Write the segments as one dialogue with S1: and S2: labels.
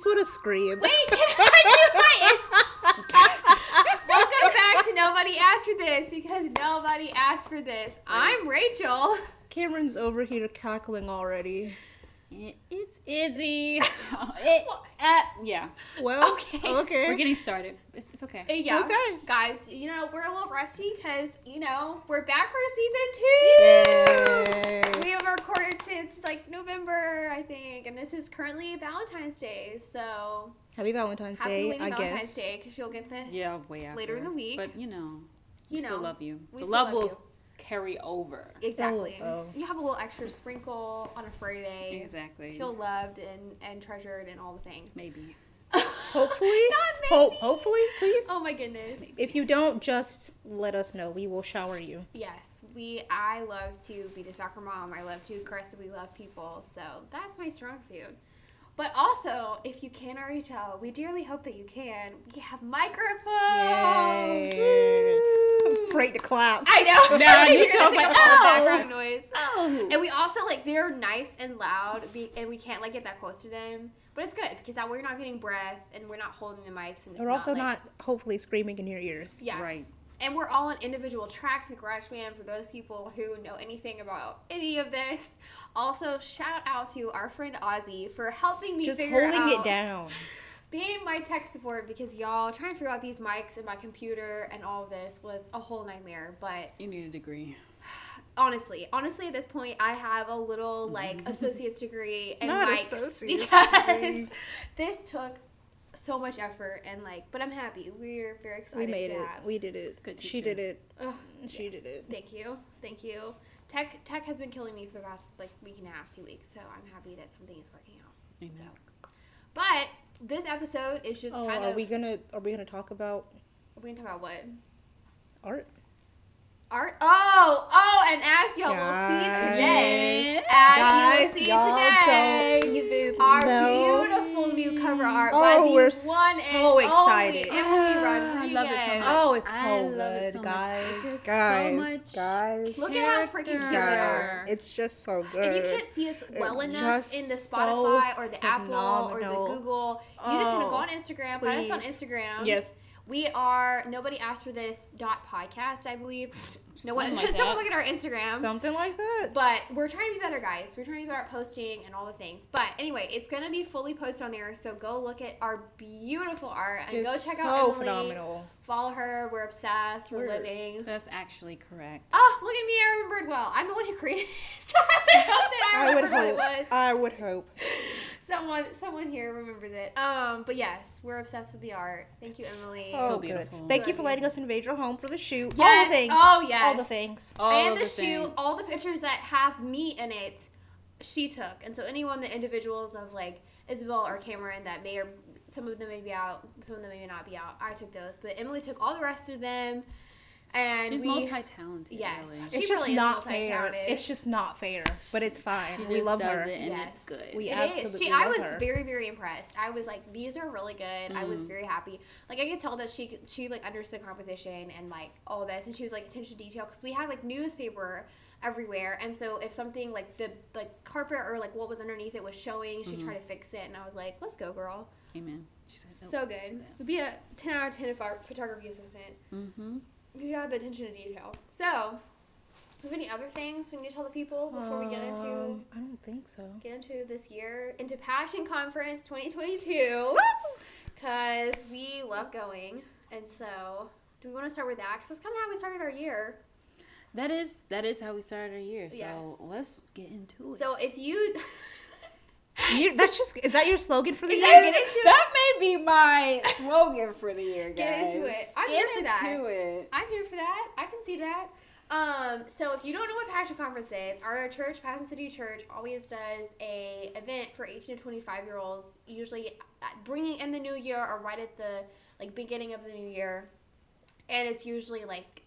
S1: crib.
S2: Wait, can I do my? Welcome back to Nobody Asked for This because nobody asked for this. I'm Rachel.
S1: Cameron's over here cackling already.
S3: It- It's Izzy. It- uh, yeah.
S1: Well,
S2: Okay.
S1: okay. okay.
S3: We're getting started. It's, it's okay.
S2: Uh, Yeah.
S1: Okay.
S2: Guys, you know we're a little rusty because you know we're back for season two. We have recorded since like November, I think, and this is currently Valentine's Day. So
S1: Happy Valentine's
S2: happy
S1: Day,
S2: belated
S1: I
S2: Valentine's
S1: guess.
S2: Day because you'll get this.
S3: Yeah, way after.
S2: Later in the week.
S3: But you know, we
S2: You know,
S3: still love you.
S2: we
S3: the
S2: still
S3: love
S2: love
S3: will
S2: you.
S3: carry over.
S2: Exactly.
S1: Oh, oh.
S2: You have a little extra sprinkle on a Friday.
S3: Exactly.
S2: Feel loved and, and treasured and all the things.
S3: Maybe.
S1: Hopefully.
S2: Not
S1: Ho-
S2: maybe.
S1: hopefully, please.
S2: Oh my goodness.
S1: If you don't, just let us know. We will shower you.
S2: Yes, we. I love to be the soccer mom. I love to aggressively love people. So that's my strong suit. But also, if you can already tell, we dearly hope that you can. We have microphones.
S1: Yay. Afraid to clap.
S2: I know.
S3: Now you
S2: You're gonna
S3: chose
S2: take
S3: my-
S2: up all the background noise. Oh. And we also like they're nice and loud, be- and we can't like get that close to them. But it's good because that we're not getting breath and we're not holding the mics. And it's
S1: We're also
S2: like-
S1: not hopefully screaming in your ears.
S2: Yes.
S3: Right.
S2: And we're all on individual tracks in GarageBand for those people who know anything about any of this. Also, shout out to our friend Ozzy for helping me
S1: Just
S2: figure
S1: holding it
S2: out
S1: down.
S2: being my tech support because y'all trying to figure out these mics and my computer and all of this was a whole nightmare. But
S3: You need a degree.
S2: honestly, honestly at this point, I have a little like associate's degree and
S1: Mm-hmm. Not
S2: mics
S1: associate's
S2: because
S1: degree.
S2: this took so much effort and like. But I'm happy. We're very
S1: We
S2: excited.
S1: made
S2: to
S1: it.
S2: have-
S1: We did it.
S3: Good
S1: she
S3: teacher.
S1: did it.
S2: Ugh.
S1: She did it.
S2: Thank you, thank you. Tech tech has been killing me for the past like week and a half, two weeks. So I'm happy that something is working out.
S3: Amen.
S2: So, but this episode is just
S1: Mm. Oh,
S2: kind
S1: are
S2: of.
S1: we gonna are we gonna talk about
S2: are we gonna talk about what
S1: art?
S2: art? Oh, oh, and as y'all will see today, as you will see today,
S1: even
S2: our
S1: know.
S2: beautiful new cover art
S1: Oh,
S2: by the
S1: we're
S2: one
S1: so
S2: and
S1: excited.
S2: only Emily
S3: Ah, I
S2: Rodriguez.
S3: love it so much.
S1: Oh, it's so
S3: I love
S1: good,
S3: it so much.
S1: guys.
S3: There's so
S1: guys,
S3: much
S1: guys,
S2: Look at how freaking cute they
S3: character.
S2: are.
S1: guys. It's just so good.
S2: Oh, If you can't see us well
S1: It's
S2: enough
S1: just
S2: in the
S1: so
S2: Spotify or the Apple or
S1: phenomenal.
S2: the Google, you just gonna go
S1: Oh,
S2: on Instagram. Find us on
S1: please.
S2: Instagram.
S3: Yes.
S2: we are. Nobody asked for this dot podcast, I believe. No one.
S3: Something like
S2: someone
S3: that.
S2: look at our Instagram.
S1: Something like that.
S2: but we're trying to be better, guys. We're trying to be better at posting and all the things. But anyway, it's gonna be fully posted on there. So go look at our beautiful art and
S1: it's
S2: go check
S1: so
S2: out Emily.
S1: phenomenal.
S2: Follow her. We're obsessed. We're,
S1: We're-
S2: living.
S3: That's actually correct.
S2: Oh, look at me! I remembered well. I'm the one who created this. So I hope that I,
S1: I Uh, would
S2: remembered
S1: hope.
S2: what it was.
S1: I would hope.
S2: Someone, someone here remembers it. Um, but yes, we're obsessed with the art. Thank you, Emily.
S1: Oh,
S3: So
S1: good.
S3: beautiful.
S1: Thank you
S2: So
S1: for letting us invade your home for the shoot. All
S2: Yes.
S1: the things.
S2: Oh yes.
S1: All the things.
S3: All
S2: and
S3: of
S2: the,
S3: the
S2: shoe,
S3: things.
S2: all the pictures that have me in it, she took. And so anyone, the individuals of like Isabel or Cameron that may or some of them may be out, some of them may not be out. I took those, but Emily took all the rest of them. And
S3: She's
S2: we,
S3: multi-talented.
S2: Yes.
S3: Really.
S2: She
S1: it's just
S2: really is
S1: not fair.
S2: multi-talented.
S1: It's just not fair, but it's fine.
S3: She
S1: we
S3: just
S1: love
S3: does
S1: her.
S3: it, and
S2: Yes.
S3: it's good.
S1: We
S2: It is.
S1: absolutely
S2: She,
S1: love
S2: I was
S1: her. Mm.
S2: very, very impressed. I was like, these are really good. I was very happy. Like I could tell that she, she like understood composition and like all this, and she was like attention to detail because we had like newspaper everywhere, and so if something like the like carpet or like what was underneath it was showing, she
S1: Mm-hmm.
S2: tried to fix it, and I was like, let's go, girl.
S3: Amen. She "Oh, said, "Nope."
S2: So good. Would be a ten out of ten if our photography assistant.
S3: Mhm.
S2: You have attention to detail. So, do we have any other things we need to tell the people before we get into?
S1: Um, I don't think so.
S2: get into this year into passion conference 2022 because we love going and so do we want to start with that because that's kind of how we started our year
S3: That is that is how we started our year. So
S2: Yes.
S3: let's get into it.
S2: so if you
S1: You, that's just is that your slogan for the
S2: Yeah,
S1: year?
S2: get into it.
S3: that may be my slogan for the year, guys.
S2: Get into it. I'm
S3: Get
S2: here for that.
S3: into it.
S2: i'm here for that i can see that um, so if you don't know what passion conference is our church passion city church always does a event for 18 to 25 year olds usually at- bringing in the new year or right at the like beginning of the new year and it's usually like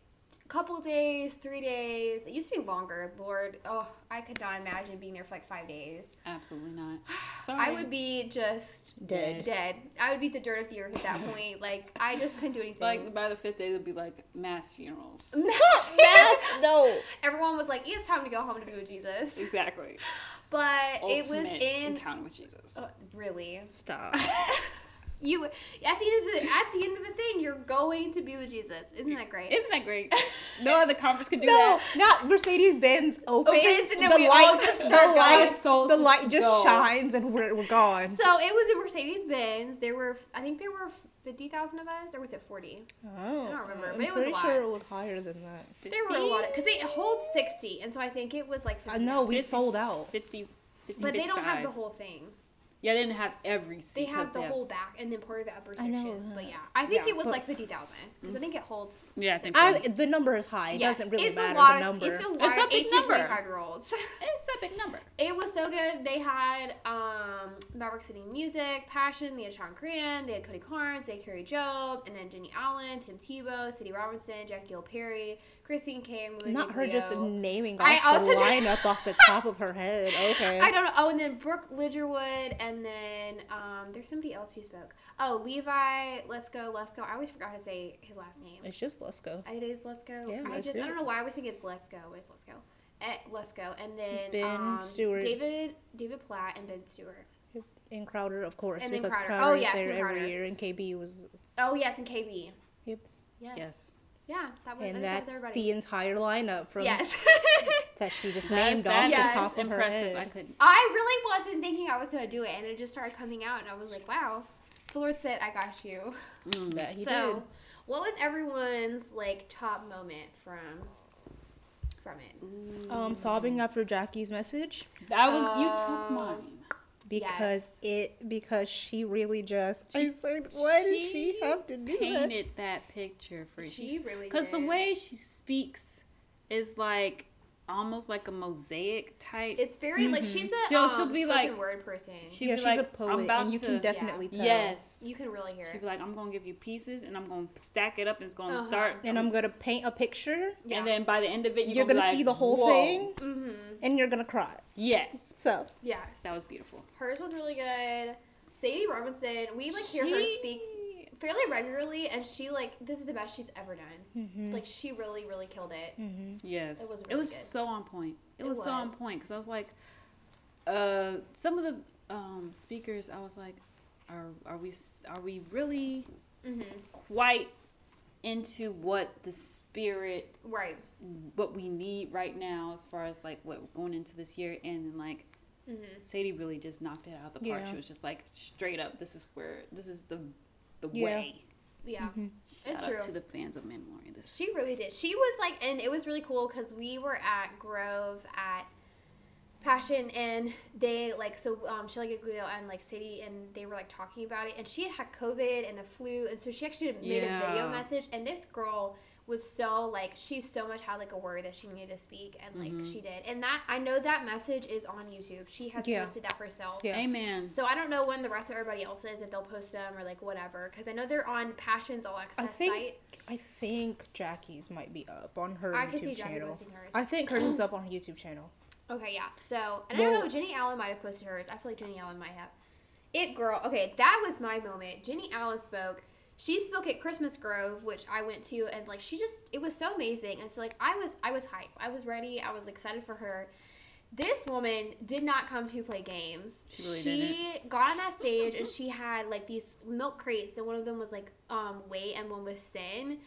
S2: a couple days, three days. It used to be longer. Lord, oh, I could not imagine being there for like five days.
S3: Absolutely not. Sorry.
S2: I would be just
S1: Dead.
S2: dead. I would be the dirt of the earth at that point. Like I just couldn't do anything.
S3: like by the fifth day, it'd be like mass funerals.
S1: Yes, no.
S2: Everyone was like, "It's time to go home to be with Jesus,"
S3: exactly.
S2: but it was
S3: Ultimate
S2: in Oh.
S3: encounter with Jesus.
S2: uh, really.
S1: Stop.
S2: You at the end of the at the end of the thing, you're going to be with Jesus. Isn't that great?
S3: Isn't that great? No other conference could do
S1: No,
S3: that.
S1: not Mercedes Benz opens.
S2: Opens and then
S1: the
S2: we all
S1: light,
S2: just
S1: the
S2: start going.
S1: light,
S3: Souls
S1: the
S3: just
S1: light just
S3: go.
S1: shines, and we're, we're gone.
S2: so it was a Mercedes Benz. There were I think there were fifty thousand of us, or was it forty?
S1: Oh,
S2: I don't remember,
S1: I'm
S2: but it was
S1: pretty
S2: a lot.
S1: sure it was higher than that.
S2: There were a lot of because they hold sixty, and so I think it was like. 50.
S1: I know Uh, we
S3: Fifty-
S1: sold out.
S3: 50, 50
S2: but they don't have
S3: 55.
S2: the whole thing.
S3: Yeah, they didn't have every
S2: They
S3: seat. 'cause
S2: have the whole back and then part of the upper
S1: I know,
S2: sections. But
S1: uh,
S2: yeah, I think
S3: yeah, Mm.
S2: it was
S1: but-
S2: like fifty thousand because I think it holds.
S3: Yeah, I think so.
S1: I, the number is high. It
S2: Yes,
S1: doesn't really
S2: it's
S1: matter
S2: a
S1: the
S2: lot of,
S1: number.
S2: It's a lot
S3: That's not
S2: of
S3: big
S2: 18 to
S3: number.
S2: 25 year olds.
S3: It's a big number.
S2: It was so good. They had um, Maverick City Music, Passion, they had Sean Cran, they had Cody Carnes, they had Carrie Job, and then Jenny Allen, Tim Tebow, City Robinson, Jackie Gill Perry, Christine King, Lily
S1: Not her just
S2: Giglio.
S1: naming off
S2: I also
S1: the
S2: just-
S1: lineup off the top of her head. Okay.
S2: I don't know. Oh, and then Brooke Lidgerwood, and then um, there's somebody else who spoke. Oh, Levi, let's go, let's go. I always forgot how to say his last name.
S1: It's just let's go.
S2: It is let's go.
S1: Yeah,
S2: I
S1: that's
S2: just I
S1: it.
S2: don't know why I was thinking it's let's go. It's let's go. Eh, let's go. And then
S1: Ben
S2: um,
S1: Stewart.
S2: David David Platt, and Ben Stewart.
S1: And Crowder, of course,
S2: And then
S1: because
S2: Crowder.
S1: Crowder,
S2: Oh,
S1: is
S2: yes,
S1: there
S2: and
S1: every
S2: Crowder.
S1: year, and KB was.
S2: Oh yes, and KB.
S1: Yep.
S2: Yes.
S3: Yes.
S2: Yeah, that was. I think
S1: And
S2: that was
S1: that's
S2: everybody.
S1: the entire lineup from
S2: yes.
S1: that she just
S3: That is-
S1: named
S3: that
S1: off
S2: is
S1: the top of her
S3: impressive. I
S1: head.
S3: couldn't.
S2: I really wasn't thinking I was gonna do it, and it just started coming out, and I was like, wow. The Lord said, I got you.
S1: That he
S2: so, what was everyone's like top moment from from it?
S1: did. Um, sobbing after Jackie's message
S3: That was you took
S2: Um,
S3: mine.
S1: because it because she really just. I said, why did she have to do that?
S3: painted that picture for
S2: She really
S3: because the
S2: did.
S3: way she speaks is like almost like a mosaic type.
S2: It's very like she's a
S3: She'll-
S2: um,
S3: she'll be
S2: spoken
S3: like-
S2: word person.
S3: she'd
S1: Yeah,
S3: be
S1: she's
S3: like,
S1: a
S3: I'm
S1: poet,
S3: about
S1: and you
S3: to,
S1: can definitely tell.
S3: yes.
S2: you can really hear.
S3: She'd
S2: it.
S3: be like, I'm gonna give you pieces, and I'm gonna stack it up, and it's gonna
S2: Uh-huh.
S3: start.
S1: And I'm gonna paint a picture.
S2: Yeah.
S3: And then by the end of it, you're,
S1: You're, gonna,
S3: be
S1: see
S3: like,
S1: the whole
S3: "Whoa."
S1: thing,
S2: mm-hmm.
S1: and you're gonna cry.
S3: Yes,
S1: So
S2: Yes.
S3: that was beautiful.
S2: Hers was really good. Sadie Robinson, we like hear her
S3: She-
S2: speak fairly regularly, and she like this is the best she's ever done. Like she really, really killed it.
S3: Yes,
S2: It was really good.
S3: so on point. It,
S2: It
S3: was, so on
S2: was.
S3: point because I was like, uh, some of the um, speakers, I was like, are are we s- are we really
S2: Mm-hmm.
S3: quite into what the spirit
S2: Right.
S3: what we need right now as far as like what we're going into this year and then like
S2: Mm-hmm.
S3: Sadie really just knocked it out of the park.
S1: Yeah.
S3: She was just like straight up. This is where this is the the
S1: Yeah.
S3: way.
S2: Yeah.
S3: Shout
S2: It's
S3: out
S2: true.
S3: to the fans of Mandalorian. This
S2: She really did. She was like, and it was really cool because we were at Grove at Passion, and they like so um, Shelly Giglio and like Sadie, and they were like talking about it, and she had had COVID and the flu, and so she actually made a video
S3: Yeah.
S2: message, and this girl was so like she so much had like a word that she needed to speak, and like
S1: Mm-hmm.
S2: she did, and that I know that message is on YouTube. She has
S1: Yeah.
S2: posted that herself.
S1: Yeah.
S3: Amen.
S2: So I don't know when the rest of everybody else is if they'll post them or like whatever because I know they're on Passion's all access
S1: I think
S2: site.
S1: I think Jackie's might be up on her
S2: I
S1: YouTube
S2: could see Jackie
S1: channel.
S2: posting hers.
S1: I think hers is up on her YouTube channel.
S2: Okay, yeah. So, and I
S1: Well-
S2: don't know, Jenny Allen might have posted hers. I feel like Jenny Allen might have. It girl, okay, that was my moment. Jenny Allen spoke. She spoke at Christmas Grove, which I went to, and like she just, it was so amazing. And so like I was, I was hyped. I was ready. I was excited for her. This woman did not come to play games.
S3: She really
S2: She got on that stage and she had like these milk crates, and one of them was like um, weight and one was sin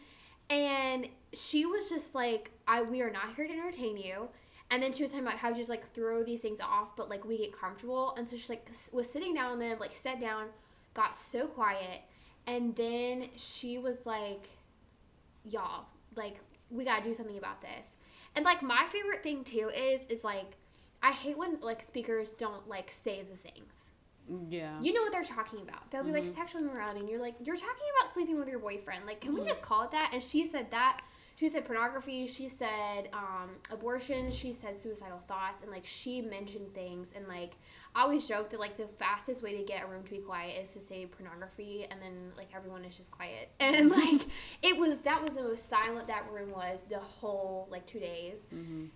S2: and she was just like i we are not here to entertain you and then she was talking about how you just like throw these things off but like we get comfortable and so she like s- was sitting down on them like sat down got so quiet and then she was like y'all like we gotta do something about this and like my favorite thing too is is like i hate when like speakers don't like say the things
S3: yeah.
S2: you know what they're talking about. They'll be like sexual immorality, and you're like, you're talking about sleeping with your boyfriend. Like, can we just call it that? And she said that. She said pornography. She said um, abortion. She said suicidal thoughts, and like she mentioned things. And like I always joke that like the fastest way to get a room to be quiet is to say pornography, and then like everyone is just quiet. And like it was that was the most silent that room was the whole like two days.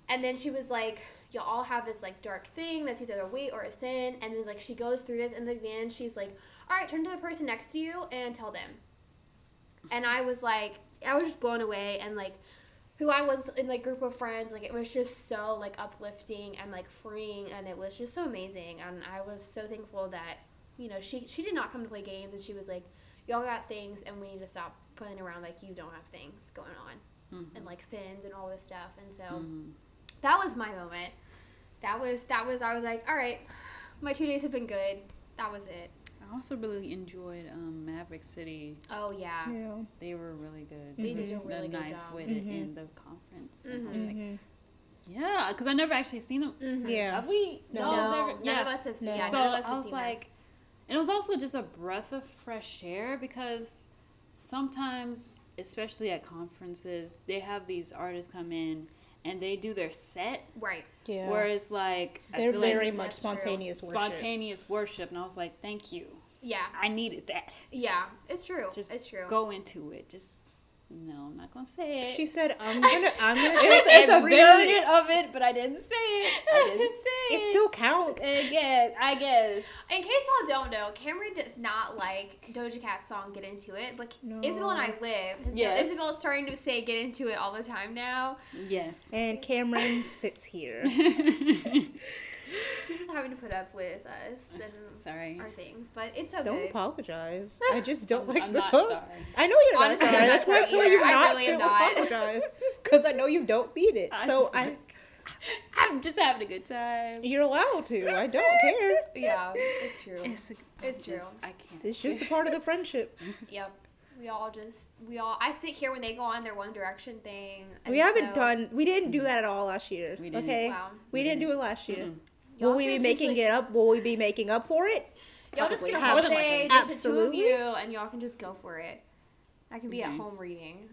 S2: And then she was like, Y'all all have this like dark thing that's either a weight or a sin. And then like she goes through this, and then at the end she's like, All right, turn to the person next to you and tell them. And I was like, I was just blown away, and like who I was in like group of friends, like it was just so like uplifting and like freeing, and it was just so amazing. And I was so thankful that you know, she she did not come to play games, and she was like, "Y'all got things, and we need to stop playing around like you don't have things going on, and like sins and all this stuff." And so that was my moment. That was that was I was like, "All right, my two days have been good. That was it."
S3: I also really enjoyed um, Maverick City.
S2: Oh yeah,
S1: Yeah.
S3: They were really good.
S2: They did a
S3: Mm-hmm. The
S2: really good
S3: nice
S2: job.
S3: way to
S1: Mhm.
S3: end the conference. And I was
S2: Mm-hmm.
S3: like, yeah, because I never actually seen them.
S2: Mhm.
S1: Yeah.
S3: Have we?
S1: No.
S2: No,
S3: never-
S2: none
S3: yeah.
S2: of us have seen.
S1: No.
S2: Yeah,
S3: so
S2: none of us
S3: I
S2: have
S3: was
S2: seen
S3: like, and it was also just a breath of fresh air because sometimes, especially at conferences, they have these artists come in and they do their set,
S2: that. right.
S1: Yeah.
S3: whereas like I
S1: They're
S3: feel
S1: very
S3: like
S2: that's
S1: much
S2: true.
S1: spontaneous worship.
S3: spontaneous worship, and I was like, thank you,
S2: Yeah,
S3: I needed that.
S2: yeah, it's true.
S3: Just
S2: it's true.
S3: Go into it, just no, I'm not gonna say it.
S1: She said, "I'm gonna, I'm gonna say
S3: it's, it's
S1: every."
S3: a version of it, but I didn't say it. I didn't say
S1: it still counts.
S3: I guess. I guess.
S2: In case y'all don't know, Cameron does not like Doja Cat's song "Get Into It," but
S1: No.
S2: Isabel and I live, and so
S3: Yes.
S2: Isabel's starting to say "Get Into It" all the time now.
S3: Yes.
S1: And Cameron sits here.
S2: She's just having to put up with us and
S3: Sorry.
S2: our things, but it's okay.
S1: Don't apologize. I just don't like
S3: I'm
S1: this
S3: not
S1: song.
S3: sorry.
S1: I know you're not
S2: Honestly,
S1: sorry.
S2: I'm not
S1: That's why I
S2: sorry
S1: told you
S2: either. I
S1: not
S2: really
S1: to
S2: am not.
S1: apologize because I know you don't beat it.
S3: I'm
S1: so I,
S3: sorry. I'm just having a good time.
S1: you're allowed to. I don't care.
S2: yeah, it's true.
S3: It's, a,
S2: It's
S3: it's
S2: true.
S3: just, I can't.
S1: It's just a part of the friendship.
S2: yep. We all just we all I sit here when they go on their One Direction thing. and
S1: We haven't
S2: so-
S1: done. We didn't do that at all last year.
S3: We didn't.
S1: Okay,
S2: Wow.
S1: we didn't do it last year.
S2: Y'all
S1: Will we be
S2: should
S1: making
S2: usually-
S1: it up? Will we be making up for it?
S2: Y'all just get a
S3: Probably.
S2: whole
S3: More than
S2: day,
S3: likely.
S2: just the two of
S1: Absolutely.
S2: you, and y'all can just go for it. I can be at
S3: Mhm.
S2: home reading,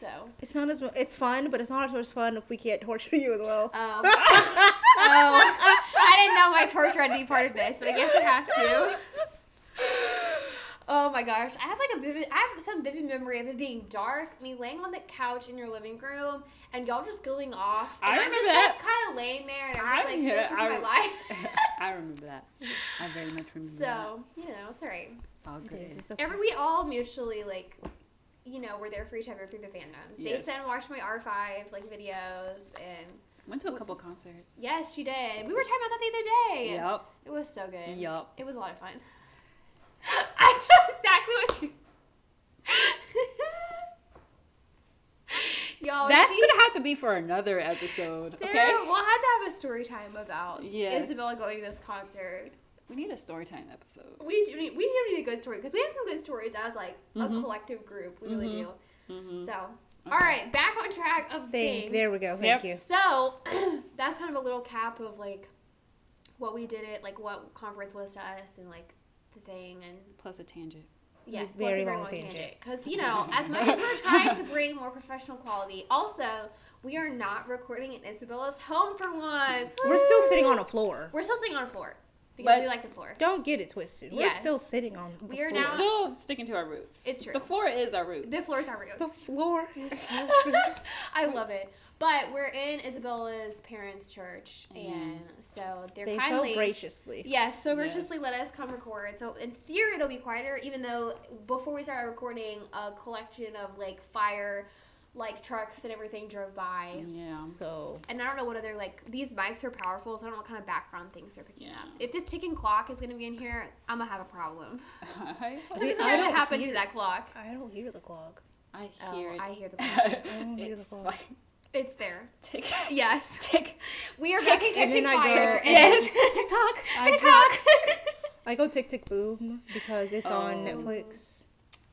S2: so.
S1: It's not as mu- it's fun, but it's not as much fun if we can't torture you as well.
S2: Oh. oh. I didn't know my torture had to be part of this, but I guess it has to. Oh my gosh. I have like a vivid I have some vivid memory of it being dark, me laying on the couch in your living room and y'all just going off. And
S3: I
S2: am
S3: remember
S2: just
S3: that.
S2: like kinda laying there and I'm just
S3: I-
S2: like, this
S3: yeah,
S2: is
S3: I
S2: my
S3: re-
S2: life.
S3: I remember that. I very much remember that.
S2: so, you know, it's alright.
S3: It's all
S1: It is,
S3: good.
S1: it's okay.
S2: Every we all mutually like you know, we're there for each other through the fandoms. They
S3: Yes.
S2: sent watch my R five like videos and
S3: Went to a couple concerts.
S2: yes, she did. We were talking about that the other day.
S3: Yup.
S2: It was so good.
S3: Yup.
S2: It was a lot of fun. I know exactly what you. Y'all,
S3: That's
S2: Oh, she-
S3: gonna have to be for another episode.
S2: there-
S3: Okay.
S2: We'll have to have a story time about
S3: Yes.
S2: Isabella going to this concert.
S3: We need a story time episode.
S2: We do need, we do need a good story because we have some good stories as like
S3: Mm-hmm.
S2: a collective group. We really do. So, all right, back on track of
S1: Thing.
S2: things.
S1: There we go. Thank
S3: Yep.
S1: you.
S2: So that's kind of a little cap of like what we did it, like what conference was to us, and like the thing and
S3: Plus a tangent.
S2: Yes,
S1: Very
S2: very, very
S1: long
S2: long
S1: tangent.
S2: tangent. Because you know, as much as we're trying to bring more professional quality, also we are not recording in Isabella's home for once.
S1: We're still sitting on a floor.
S2: We're still sitting on a floor because
S3: But-
S2: we like the floor.
S1: Don't get it twisted. We're
S2: Yes.
S1: still sitting on the
S2: We are
S1: floor.
S2: now-
S3: Still sticking to our roots.
S2: It's true.
S3: The floor is our roots.
S2: The floors are real.
S1: the floor is
S2: I love it. But we're in Isabella's parents' church, and so they're
S1: Mm. they so
S2: kindly.
S1: graciously.
S2: Yes, so graciously
S3: Yes.
S2: let us come record. So in theory, it'll be quieter. Even though before we started recording, a collection of like fire, like trucks and everything drove by.
S1: Mm.
S3: Yeah.
S1: So
S2: and I don't know what other like these mics are powerful, so I don't know what kind of background things they're picking
S3: Yeah.
S2: up. If this ticking clock is gonna be in here, I'm gonna have a problem.
S3: I,
S1: We-
S2: Something's
S1: I
S2: gonna have
S1: don't
S2: to happen
S1: hear-
S2: to that clock.
S1: I don't hear the clock.
S3: I
S2: Oh,
S3: hear it.
S2: I hear the clock.
S1: don't hear the
S3: it's
S1: clock.
S3: like
S2: it's there.
S3: tick.
S2: Yes.
S3: Tick.
S2: We are
S3: Tick.
S2: fucking
S1: And
S2: catching
S1: then I go-
S2: fire. and-
S3: Yes. TikTok.
S1: I
S3: TikTok.
S1: I go tick tick boom because it's on
S3: Oh.
S1: Netflix.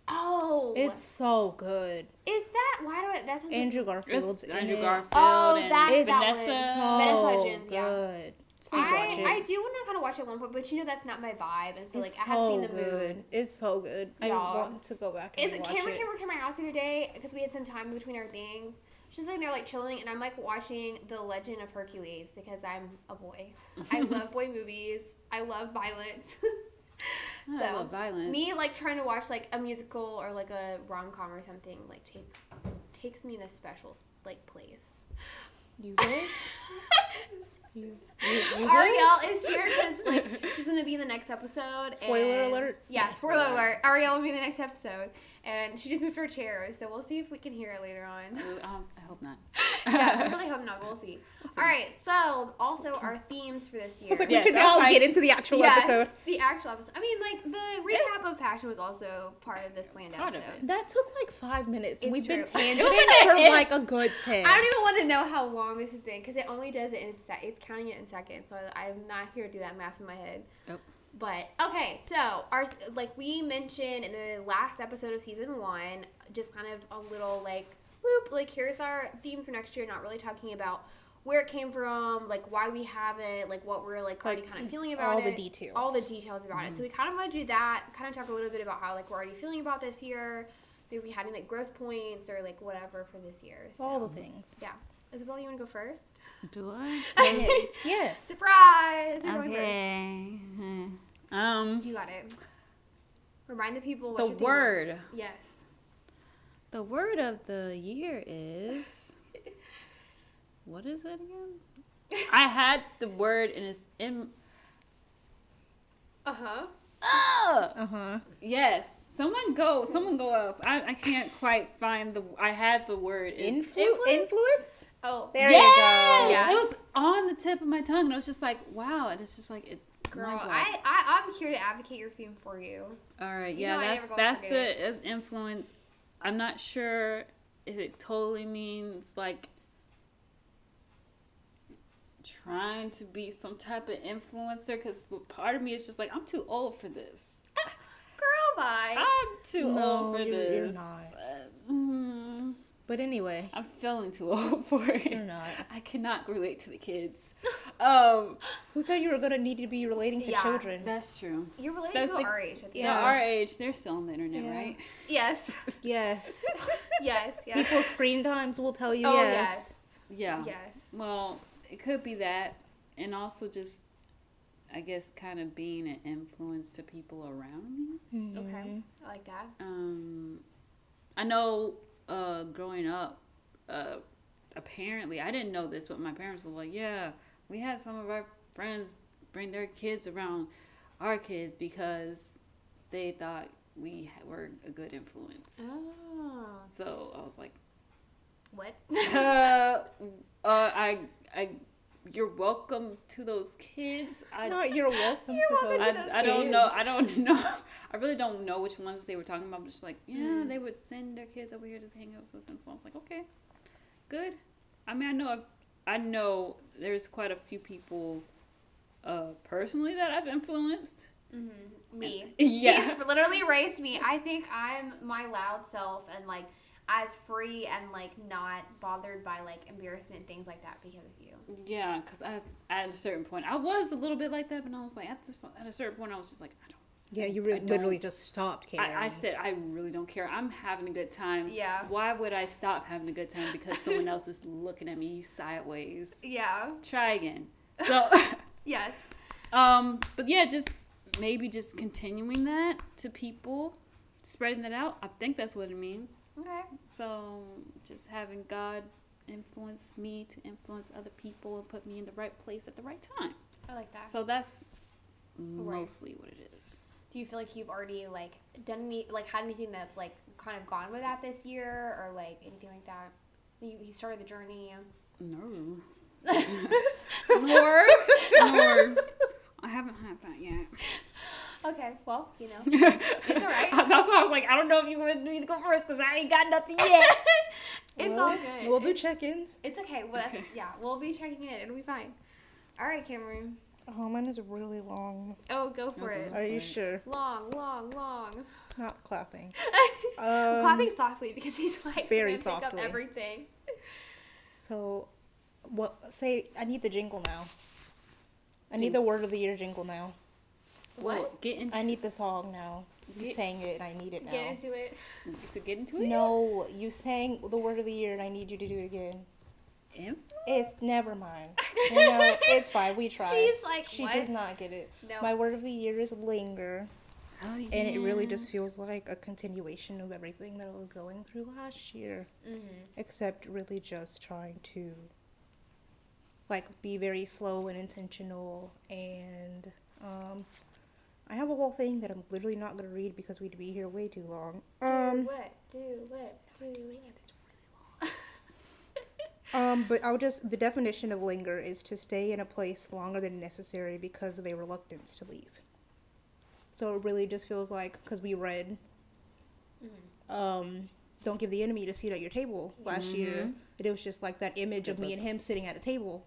S2: Oh.
S1: It's so good.
S2: is that why do I? That sounds.
S1: Andrew
S3: It's
S1: Garfield's in
S3: Andrew
S1: it.
S3: Garfield
S2: Oh,
S3: and
S2: that's
S1: It's
S2: that
S3: Vanessa.
S2: Vanessa
S1: so
S2: Hudgens,
S1: good.
S2: yeah.
S1: Please watch
S2: I,
S1: it.
S2: I do want to kind of watch it at one point, but you know that's not my vibe, and so like
S1: it's
S2: I
S1: so
S2: have seen the
S1: good.
S2: mood.
S1: It's so good.
S2: Y'all.
S1: I want to go back and
S2: Is
S1: watch
S2: Cameron
S1: it.
S2: came over to my house the other day because we had some time between our things. She's sitting there like chilling, and I'm like watching The Legend of Hercules because I'm a boy. I love boy movies. I love violence. so
S3: I love violence.
S2: me like trying to watch like a musical or like a rom com or something like takes takes me in a special like place.
S1: You good? you, you, you good?
S2: Ariel is here because like she's gonna be in the next episode.
S1: Spoiler
S2: and-
S1: alert.
S2: Yeah, spoiler alert. Ariel will be in the next episode, and she just moved her chair, so we'll see if we can hear it later on.
S3: Um, I hope not.
S2: yeah, I really hope I'm not. We'll see. All right. So also our themes for this
S1: I
S2: year.
S1: was like,
S3: Yes,
S1: we should
S3: that's
S1: now
S3: right.
S1: get into the actual
S2: Yes,
S1: episode.
S2: the actual episode. I mean, like the recap of Passion was also part of this planned
S3: Part of
S2: episode.
S1: That took like five minutes.
S2: It's
S1: We've been
S2: true.
S1: tangenting
S3: It was like a-
S1: for like a good ten.
S2: I don't even want to know how long this has been because it only does it in sec- it's counting it in seconds. So I, I'm not here to do that math in my head.
S3: Nope.
S2: But okay, so our like we mentioned in the last episode of season one, just kind of a little like whoop, like here's our theme for next year. Not really talking about where it came from, like why we have it, like what we're like already
S1: Like,
S2: kind of feeling about
S1: all
S2: it,
S1: the details. Mm-hmm.
S2: all the details about it. So we kind of want to do that. Kind of talk a little bit about how like we're already feeling about this year. Maybe we had any like growth points or like whatever for this year. So.
S1: All the things.
S2: Yeah. Isabel, you want to go first?
S3: Do I?
S1: Yes. yes.
S2: Surprise! You're going first.
S3: Okay. Um,
S2: You got it. Remind the people what
S3: the
S2: your theme was.
S3: word.
S2: Yes.
S3: The word of the year is. What is it again? I had the word and it's in.
S2: Uh huh.
S3: Ah!
S1: Uh huh.
S3: Yes. Someone go. Someone go else. I, I can't quite find the. I had the word. It's
S1: Influ- influence.
S2: Oh,
S1: There
S3: yes!
S1: you go.
S2: Yeah.
S3: It was on the tip of my tongue, and I was just like, "Wow!" And it's just like, it,
S2: girl,
S3: mind blown.
S2: I, I I'm here to advocate your theme for you.
S3: All right,
S2: You
S3: yeah,
S2: know I never
S3: that's
S2: gonna
S3: that's
S2: forget
S3: the influence. I'm not sure if it totally means like trying to be some type of influencer because part of me is just like I'm too old for this.
S2: Girl, bye.
S3: I'm too
S1: No,
S3: old for
S1: you're-
S3: this.
S1: you're not.
S3: Uh, mm,
S1: But anyway,
S3: I'm feeling too old for it.
S1: You're not.
S3: I cannot relate to the kids. um,
S1: who said you were gonna need to be relating to
S2: Yeah.
S1: children?
S3: that's true.
S2: You're related
S3: That's
S2: to
S3: the-
S2: RH. I think.
S1: Yeah.
S3: Yeah, our age, they're still on the internet,
S1: Yeah.
S3: right?
S2: Yes.
S1: Yes.
S2: yes. Yes.
S1: People screen times will tell you
S2: oh
S1: yes.
S2: yes.
S3: Yeah.
S2: Yes.
S3: Well, it could be that, and also just, I guess, kind of being an influence to people around me.
S1: Hmm.
S2: Okay. I like that.
S3: Um, I know, uh, growing up, uh, apparently I didn't know this, but my parents were like, "Yeah, we had some of our friends bring their kids around our kids because they thought we ha- were a good influence."
S2: Oh.
S3: So I was like,
S2: What?
S3: uh, uh, I, I, you're welcome to those kids. I,
S1: No, you're welcome
S2: You're
S1: to
S2: welcome
S1: those
S2: to those
S3: I, I don't know.
S1: kids.
S3: I don't know. I really don't know which ones they were talking about. But just like, yeah, they would send their kids over here to hang out with us, and so I was like, okay, good. I mean, I know, I've, I know, there's quite a few people, uh, personally that I've influenced.
S2: Mm-hmm. Me.
S3: Yeah.
S2: She's literally raised me. I think I'm my loud self and like as free and like not bothered by like embarrassment things like that because of you.
S3: Yeah, because I, at a certain point, I was a little bit like that, but I was like, at this, po- at a certain point, I was just like, I don't.
S1: Yeah, you
S3: I
S1: re-
S3: don't-
S1: literally just stopped caring.
S3: I, I said I really don't care. I'm having a good time.
S2: Yeah.
S3: Why would I stop having a good time because someone else is looking at me sideways?
S2: Yeah.
S3: Try again. So,
S2: Yes.
S3: um, but yeah, just maybe just continuing that to people, spreading that out. I think that's what it means.
S2: Okay.
S3: So, just having God influence me to influence other people and put me in the right place at the right time.
S2: I like that.
S3: So that's
S2: Right.
S3: mostly what it is.
S2: Do you feel like you've already like done any like had anything that's like kind of gone with that this year or like anything like that? You, you started the journey.
S3: No. More. More. I haven't had that yet.
S2: Okay. Well, you know. It's all right.
S3: That's why I was like, I don't know if you would need to go first because I ain't got nothing yet.
S2: it's
S1: Well,
S2: all good.
S1: We'll do check-ins.
S2: It's okay. Well, that's,
S3: Okay.
S2: yeah, we'll be checking in. It'll be fine. All right, Cameron.
S1: Oh, mine is really long.
S2: Oh, go for
S3: Okay.
S2: it.
S1: Are you
S3: Right.
S1: sure?
S2: Long, long, long.
S1: Not clapping.
S2: I'm
S1: Um,
S2: clapping softly because he's like
S1: very
S2: gonna pick up
S1: softly.
S2: everything.
S1: So, what? Say, I need the jingle now. I need the word of the year jingle now.
S3: What? get into
S1: I need the song now. You
S3: Get-
S1: sang it, and I need it
S2: Get
S1: now.
S2: into it.
S3: to get into it.
S1: No, you sang the word of the year, and I need you to do it again.
S3: Em?
S1: It's never mind. You know, it's fine. We tried.
S2: She's like,
S1: she
S2: what?
S1: does not get it.
S2: No.
S1: My word of the year is linger,
S3: Oh, yes.
S1: and it really just feels like a continuation of everything that I was going through last year.
S2: Mm-hmm.
S1: except really just trying to like be very slow and intentional and um I have a whole thing that I'm literally not gonna read because we'd be here way too long. Um
S2: do what? Do what? Do what?
S1: Um, but I'll just the definition of linger is to stay in a place longer than necessary because of a reluctance to leave. So it really just feels like because we read, um, "Don't give the enemy a seat at your table"
S3: Mm-hmm.
S1: last year. But it was just like that image of me and him sitting at a table.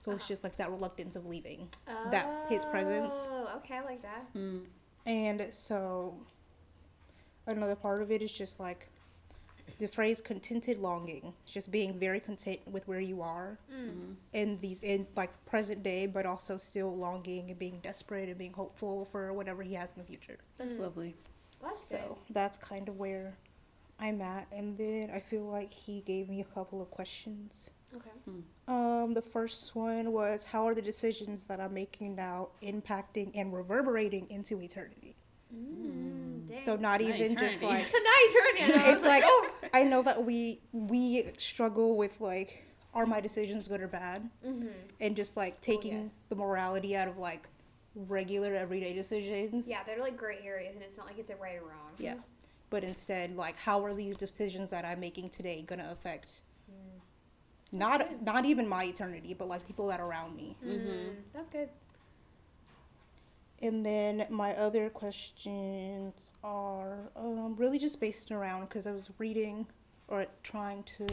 S1: So it's just like that reluctance of leaving that his presence.
S2: Mm-hmm. Oh, okay, I like that.
S3: Mm.
S1: And so another part of it is just like the phrase contented longing, just being very content with where you are
S2: Mm.
S1: in these in like present day, but also still longing and being desperate and being hopeful for whatever he has in the future.
S2: Mm.
S3: That's lovely.
S2: Well, that's
S1: So that's kind of where I'm at. And then I feel like he gave me a couple of questions.
S2: good. Okay.
S1: Um, the first one was how are the decisions that I'm making now impacting and reverberating into eternity?
S2: Mm, dang.
S1: So not
S3: Not
S1: even just
S3: eternity.
S1: like
S2: now you turn it. I was
S1: it's like
S2: oh.
S1: I know that we we struggle with like are my decisions good or bad
S2: Mm-hmm.
S1: and just like taking
S2: yes.
S1: the morality out of like regular everyday decisions.
S2: Yeah, they're like gray areas, and it's not like it's a right or wrong.
S1: Yeah. But instead like how are these decisions that I'm making today going to affect not not even my eternity but like people that are around me.
S2: Mm, that's good.
S1: And then my other questions are um, really just based around because I was reading or trying to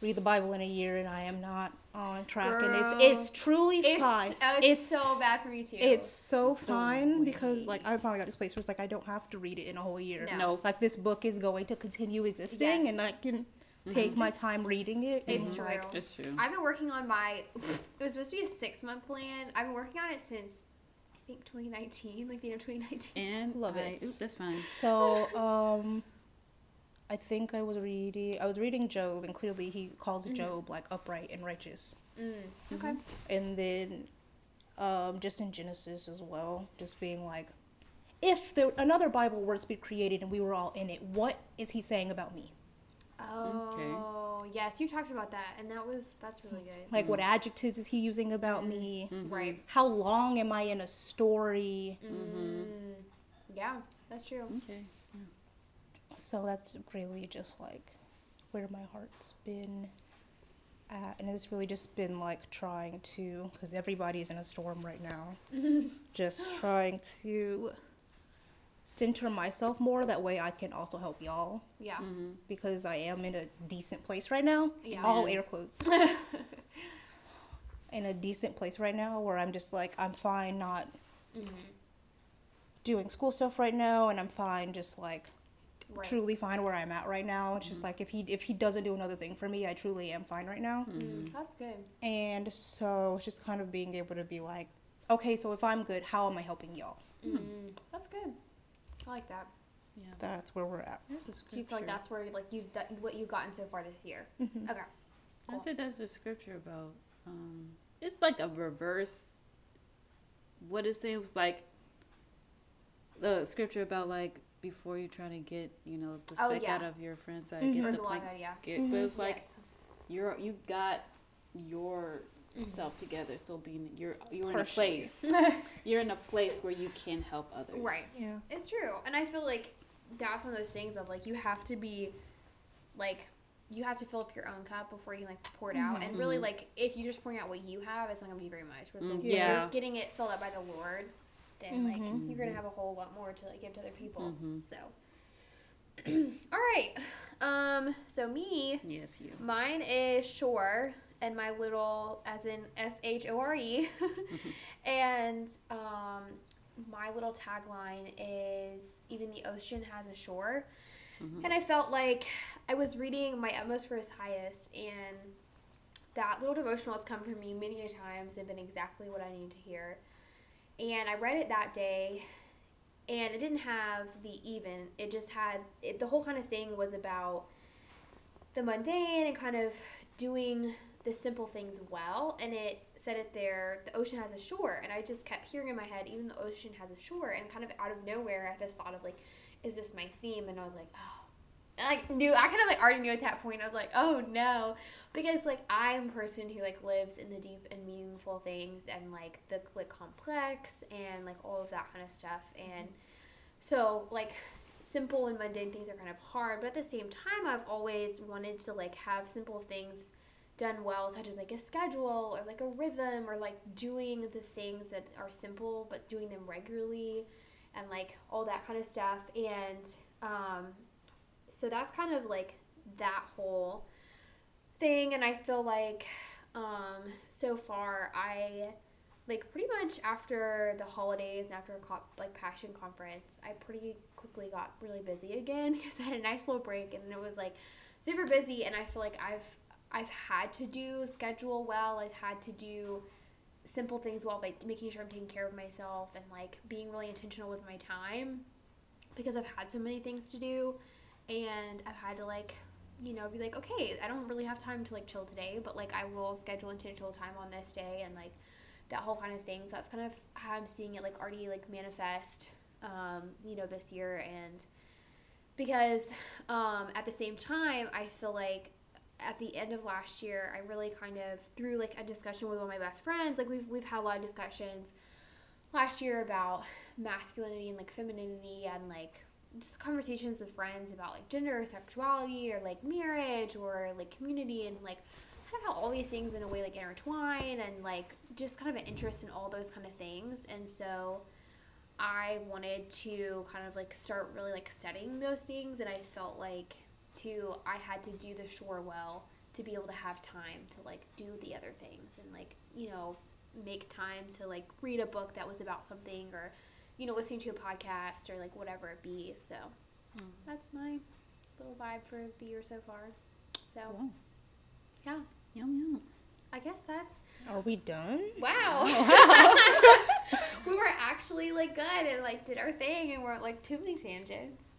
S1: read the Bible in a year and I am not on track.
S2: Girl.
S1: and it's it's truly
S2: It's,
S1: fine.
S2: oh, it's, so bad for me too.
S1: it's so fine
S3: way.
S1: because like I finally got this place where it's like I don't have to read it in a whole year.
S2: No.
S3: No.
S1: Like this book is going to continue existing and
S2: Yes. Mm-hmm.
S1: I can take my time reading it. and,
S2: It's
S1: like,
S2: true.
S3: That's true.
S2: I've been working on my. It was supposed to be a six month plan. I've been working on it since I think 2019, like the end of 2019.
S3: And
S1: Love
S3: I,
S1: it.
S3: Oop, that's fine.
S1: So, um, I think I was reading. I was reading Job, and clearly he calls Job like upright and righteous.
S2: Mm,
S1: Mm-hmm.
S2: okay.
S1: And then, um, just in Genesis as well, just being like, if there, another Bible were to be created and we were all in it, what is he saying about me?
S2: Oh yes, you talked about that, and that was that's really good.
S1: Like, what adjectives is he using about me?
S3: Mm-hmm.
S2: Right.
S1: How long am I in a story?
S2: Mm, yeah, that's true.
S3: Okay.
S1: So that's really just like where my heart's been at. And it's really just been like trying to, because everybody's in a storm right now, just trying to center myself more. That way I can also help y'all
S2: Yeah.
S3: Mm-hmm.
S1: because I am in a decent place right now.
S2: Yeah.
S1: All air quotes. in a decent place right now where I'm just like, I'm fine not
S2: Mm-hmm.
S1: doing school stuff right now and I'm fine just like
S2: Right. Mm-hmm.
S1: truly fine where I'm at right now. It's just like if he if he doesn't do another thing for me, I truly am fine right now.
S3: Mm-hmm.
S2: Mm, that's good.
S1: And so it's just kind of being able to be like, okay, so if I'm good, how am I helping y'all?
S3: Hmm.
S2: Mm, that's good. I like that.
S3: Yeah.
S1: That's where we're at.
S3: That's a
S2: Do you feel like
S3: scripture.
S2: that's where like you've done, what you've gotten so far this year?
S1: Mm-hmm.
S2: Okay.
S3: I said that's a scripture about. Um, it's like a reverse. What it saying was like the scripture about like before you try to get you know the
S2: Oh,
S3: speck
S2: yeah. Mm-hmm.
S3: out of your friend's eye,
S2: Or
S3: get
S2: the long
S3: the plank.
S2: idea.
S3: Get, But it's Mm-hmm. like
S2: yes.
S3: you're you got yourself
S2: Mm-hmm.
S3: together. So being you're you're in a
S1: Partially.
S3: place. you're in a place where you can help others.
S2: Right.
S1: Yeah.
S2: It's true. And I feel like that's one of those things of like you have to be like you have to fill up your own cup before you can like pour it out.
S3: Mm-hmm.
S2: And really like if you're just pouring out what you have, it's not gonna be very much. But
S3: Mm,
S2: if you're
S3: yeah. Mm-hmm.
S2: getting it filled up by the Lord, then like you're gonna have a whole lot more to like give to other people. So all right. Um so me
S3: Yes, you.
S2: Mine is Shore and my little, as in S H O R E. And um, my little tagline is Even the ocean has a shore. And I felt like I was reading My Utmost for His Highest, and that little devotional has come from me many a times and been exactly what I need to hear. And I read it that day, and it didn't have the even, it just had it, the whole kind of thing was about the mundane and kind of doing the simple things well. And it said it there, the ocean has a shore. And I just kept hearing in my head, even the ocean has a shore. And kind of out of nowhere, I had this thought of like, is this my theme? And I was like, oh. And I knew I kind of like already knew at that point. I was like, oh no, because like I am a person who like lives in the deep and meaningful things and like the like complex and like all of that kind of stuff. And so like simple and mundane things are kind of hard but at the same time i've always wanted to like have simple things done well, such as like a schedule or like a rhythm or like doing the things that are simple but doing them regularly and like all that kind of stuff. And um, so that's kind of like that whole thing. And I feel like um, so far I like pretty much after the holidays and after a co- like passion conference, I pretty quickly got really busy again because I had a nice little break and it was like super busy. And I feel like I've I've had to do schedule well. I've had to do simple things well by making sure I'm taking care of myself and like being really intentional with my time because I've had so many things to do and I've had to like you know be like okay I don't really have time to like chill today but like I will schedule intentional time on this day and like that whole kind of thing so that's kind of how I'm seeing it like already like manifest um you know this year and because um at the same time I feel like at the end of last year, I really kind of through like a discussion with one of my best friends. Like we've we've had a lot of discussions last year about masculinity and like femininity and like just conversations with friends about like gender or sexuality or like marriage or like community and like kind of how all these things in a way like intertwine and like just kind of an interest in all those kind of things. And so I wanted to kind of like start really like studying those things and I felt like to I had to do the shore well to be able to have time to like do the other things and like you know make time to like read a book that was about something or you know listening to a podcast or like whatever it be so
S3: Hmm.
S2: that's my little vibe for the year so far so
S3: Wow.
S2: yeah
S3: Yum yum.
S2: I guess that's
S1: Are we done?
S2: wow we were actually like good and like did our thing and weren't like too many tangents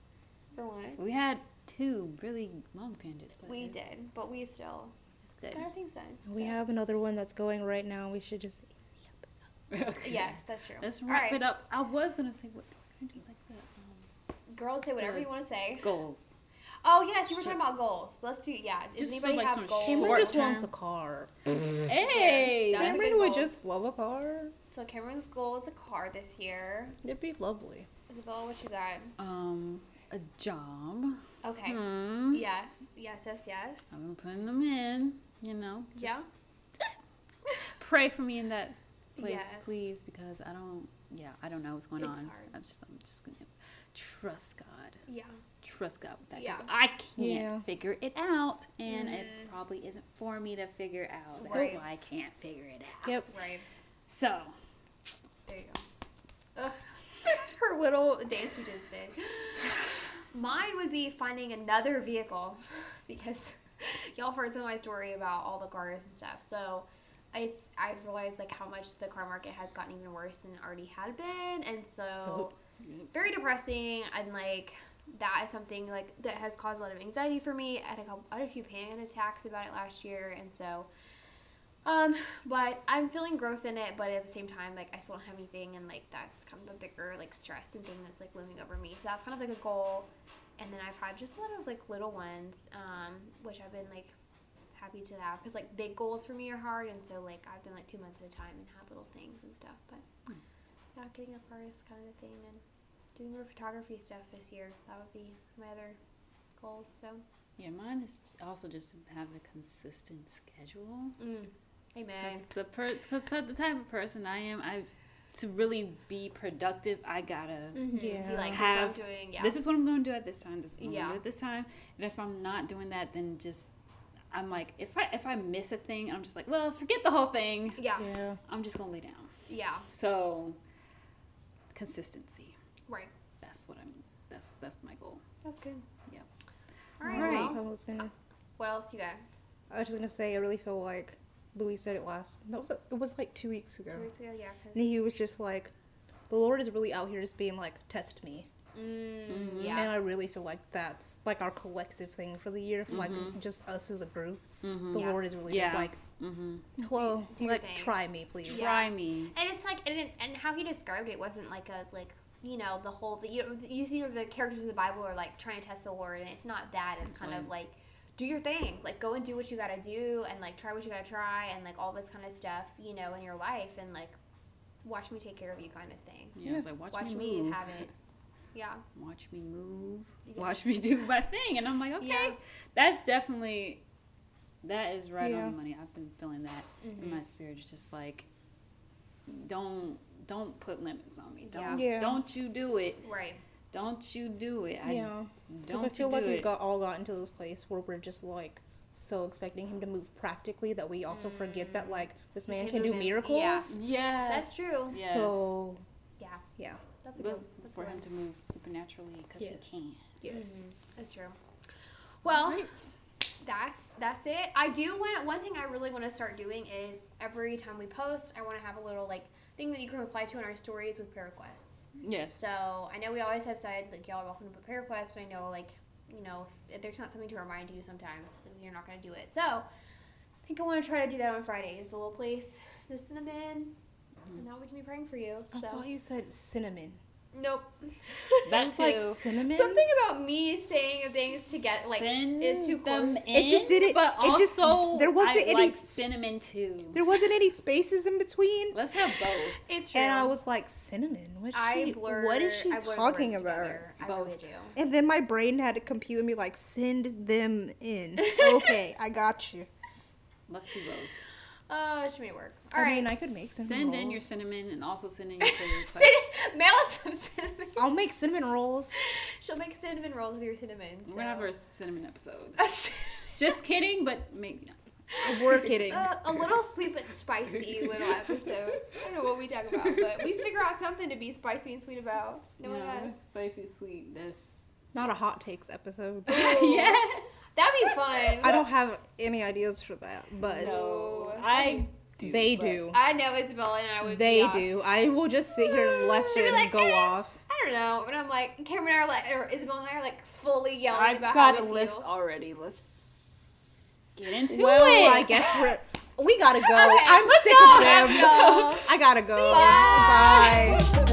S2: for one
S3: We had two really long tangents, but
S2: we did but we still
S3: It's
S2: got our things done
S1: We
S2: so.
S1: have another one that's going right now. We should just
S3: good. Okay.
S2: Yes, that's true.
S3: Let's
S2: All
S3: wrap
S2: right.
S3: it up. I was gonna say what can I do like the
S2: Girls, say whatever
S3: Yeah.
S2: you want to say.
S3: um, goals.
S2: Oh, yes, you were
S3: Sure.
S2: talking about goals. Let's do, yeah. Does
S3: Just
S2: anybody
S3: some, like,
S2: have
S3: some
S2: goals?
S3: short-
S1: Cameron
S3: Short
S1: just wants a
S3: term.
S1: car.
S3: Hey,
S2: Yeah, that's-
S1: Cameron would
S2: goals.
S1: just love a car.
S2: So Cameron's goal is a car this year.
S1: It'd be lovely.
S2: Isabella, what you got?
S3: um a job.
S2: Okay.
S3: Hmm.
S2: Yes, yes, yes, yes.
S3: I've been putting them in. You know. Just
S2: yeah.
S3: Pray for me in that place,
S2: Yes.
S3: please, because I don't. Yeah, I don't know what's going
S2: It's
S3: on.
S2: hard.
S3: I'm just. I'm just gonna trust God.
S2: Yeah.
S3: trust God with that because
S2: Yeah.
S3: I can't
S1: Yeah.
S3: figure it out, and it
S2: Mhm.
S3: probably isn't for me to figure out. That's
S2: Right.
S3: why I can't figure it out.
S1: Yep.
S2: Right.
S3: So
S2: There you go. Ugh. Her little dance you did today. Mine would be finding another vehicle because y'all have heard some of my story about all the cars and stuff. So it's I've realized like how much the car market has gotten even worse than it already had been, and so very depressing and like that is something like that has caused a lot of anxiety for me. I had a couple, I had a few panic attacks about it last year, and so um, but I'm feeling growth in it, but at the same time, like I still don't have anything, and like that's kind of a bigger like stress and thing that's like looming over me. So that's kind of like a goal. And then I've had just a lot of like little ones, um, which I've been like happy to have because like big goals for me are hard, and so like I've done like two months at a time and have little things and stuff. But
S3: Hmm.
S2: yeah, getting a first kind of thing and doing more photography stuff this year. That would be my other goals. So
S3: yeah, mine is also just to have a consistent schedule. Mm. It's 'cause
S2: amen.
S3: The person, cause the type of person I am, I to really be productive, I gotta.
S2: Mm-hmm.
S1: Yeah.
S2: Be like this is what I'm
S3: Have-
S2: doing. Yeah.
S3: This is what I'm going to do at this time. This is what I'm
S2: Yeah.
S3: going to do at this time. And if I'm not doing that, then just I'm like, if I if I miss a thing, I'm just like, well, forget the whole thing.
S2: yeah.
S1: Yeah.
S3: I'm just gonna lay down.
S2: Yeah.
S3: So consistency.
S2: Right.
S3: That's what I'm that's that's my goal.
S2: That's good.
S3: Yep.
S2: All right.
S3: Alright.
S1: I
S2: Well,
S1: was gonna.
S2: what else you got?
S1: I was just gonna say. I really feel like Louis said it last. That was. It was like two weeks ago.
S2: Two weeks ago, yeah. 'cause-
S1: And he was just like, the Lord is really out here just being like, test me.
S3: Mm-hmm.
S2: Mm,
S1: And
S2: yeah.
S1: I really feel like that's like our collective thing for the year, like
S3: Mhm.
S1: just us as a group. The
S3: Mm-hmm.
S2: Mm-hmm. Yeah.
S1: Lord is really just
S3: Yeah.
S1: like,
S3: Mm-hmm.
S1: hello,
S2: do
S1: like
S2: things.
S1: try me, please.
S2: Yeah.
S3: Try me.
S2: And it's like, and, and how he described it wasn't like a like you know the whole the, you, you see the characters in the Bible are like trying to test the Lord, and it's not that. It's
S3: It's
S2: kind of
S3: fine.
S2: like do your thing, like go and do what you gotta do, and like try what you gotta try, and like all this kind of stuff, you know, in your life, and like watch me take care of you, kind of thing.
S3: Yeah, it's like watch,
S2: Watch, me,
S3: me move.
S2: have it. Yeah.
S3: Watch me move.
S2: Yeah.
S3: Watch me do my thing. And I'm like, okay.
S2: Yeah.
S3: That's definitely That is right
S1: Yeah.
S3: on the money. I've been feeling that
S2: Mm-hmm.
S3: in my spirit. It's just like, don't don't put limits on me. Don't
S1: Yeah. Yeah.
S3: don't you do it.
S2: Right.
S3: Don't you do it. I,
S1: yeah.
S3: Don't
S1: Because I feel
S3: you
S1: like
S3: do
S1: we've
S3: it.
S1: got all gotten to this place where we're just like so expecting him to move practically that we also forget that like this man
S2: can
S1: can do
S2: move in- yeah.
S1: miracles.
S3: Yes.
S2: That's true.
S3: Yes.
S1: So
S2: Yeah.
S1: yeah,
S2: That's a good.
S3: But
S2: That's a
S3: for
S2: good.
S3: him to move supernaturally because
S1: Yes.
S3: he can.
S2: Mm-hmm.
S1: yes.
S2: That's true. Well,
S3: Right.
S2: that's that's it. I do want one thing I really want to start doing is every time we post, I want to have a little like thing that you can reply to in our stories with prayer requests.
S3: Yes.
S2: So I know we always have said like y'all are welcome to put prayer requests, but I know like you know if, if there's not something to remind you sometimes, then you're not going to do it. So I think I want to try to do that on Fridays. The little place, just send them in, and now we can be praying for you.
S1: I
S2: So
S1: thought you said cinnamon.
S2: nope.
S3: That
S1: It's like
S3: too.
S1: cinnamon.
S2: Something about me saying things to get like
S3: Send
S2: it too
S3: them
S2: close.
S1: It just
S3: in,
S1: didn't-
S3: But
S1: it just-
S3: also,
S1: there wasn't
S3: I
S1: any-
S3: like cinnamon too.
S1: There wasn't any spaces in between,
S3: Let's have both.
S2: It's true.
S1: and I was like, cinnamon. What?
S2: I
S1: she,
S2: blur.
S1: What is she
S2: I blur
S1: talking
S2: words
S1: about?
S2: together. I
S3: Both.
S2: really do.
S1: And then my brain had to compute and be like, send them in. okay, I got you.
S3: Let's do both.
S2: Oh, it's too many work. All
S1: I
S2: right.
S1: mean, I could make cinnamon
S3: Send
S1: rolls.
S3: in your cinnamon and also send in your prayer requests.
S2: Cin- mail us some cinnamon.
S1: I'll make cinnamon rolls.
S2: She'll make cinnamon rolls with your cinnamon. So.
S3: We're gonna have a cinnamon episode.
S2: A c-
S3: Just kidding, but maybe not.
S1: We're kidding.
S2: uh, a- a little sweet but spicy little episode. I don't know what we talk about, but we figure out something to be spicy and sweet about. No one
S3: No,
S2: knows.
S3: spicy sweet. That's
S1: Not a hot takes episode.
S3: yes.
S2: That'd be fun.
S1: I don't have any ideas for that, but
S3: No,
S2: Ooh.
S3: I do.
S1: they
S3: but-
S1: do.
S2: I know Isabella and I would.
S1: They
S2: not.
S1: do. I will just sit here and let
S2: She'll be
S1: them
S2: like,
S1: go
S2: "Eh."
S1: off.
S2: I don't know. And I'm like, Cameron and I are like, or Isabel and I are like fully yelling
S3: I've
S2: about
S3: got
S2: how
S3: a
S2: we
S3: list
S2: feel.
S3: already. Let's get into
S1: Well,
S3: it.
S1: I guess we're we gotta go.
S2: Okay,
S1: I'm
S2: let's
S1: sick
S2: go.
S1: of them.
S2: Let's go.
S1: I gotta go.
S2: Bye.
S1: Bye.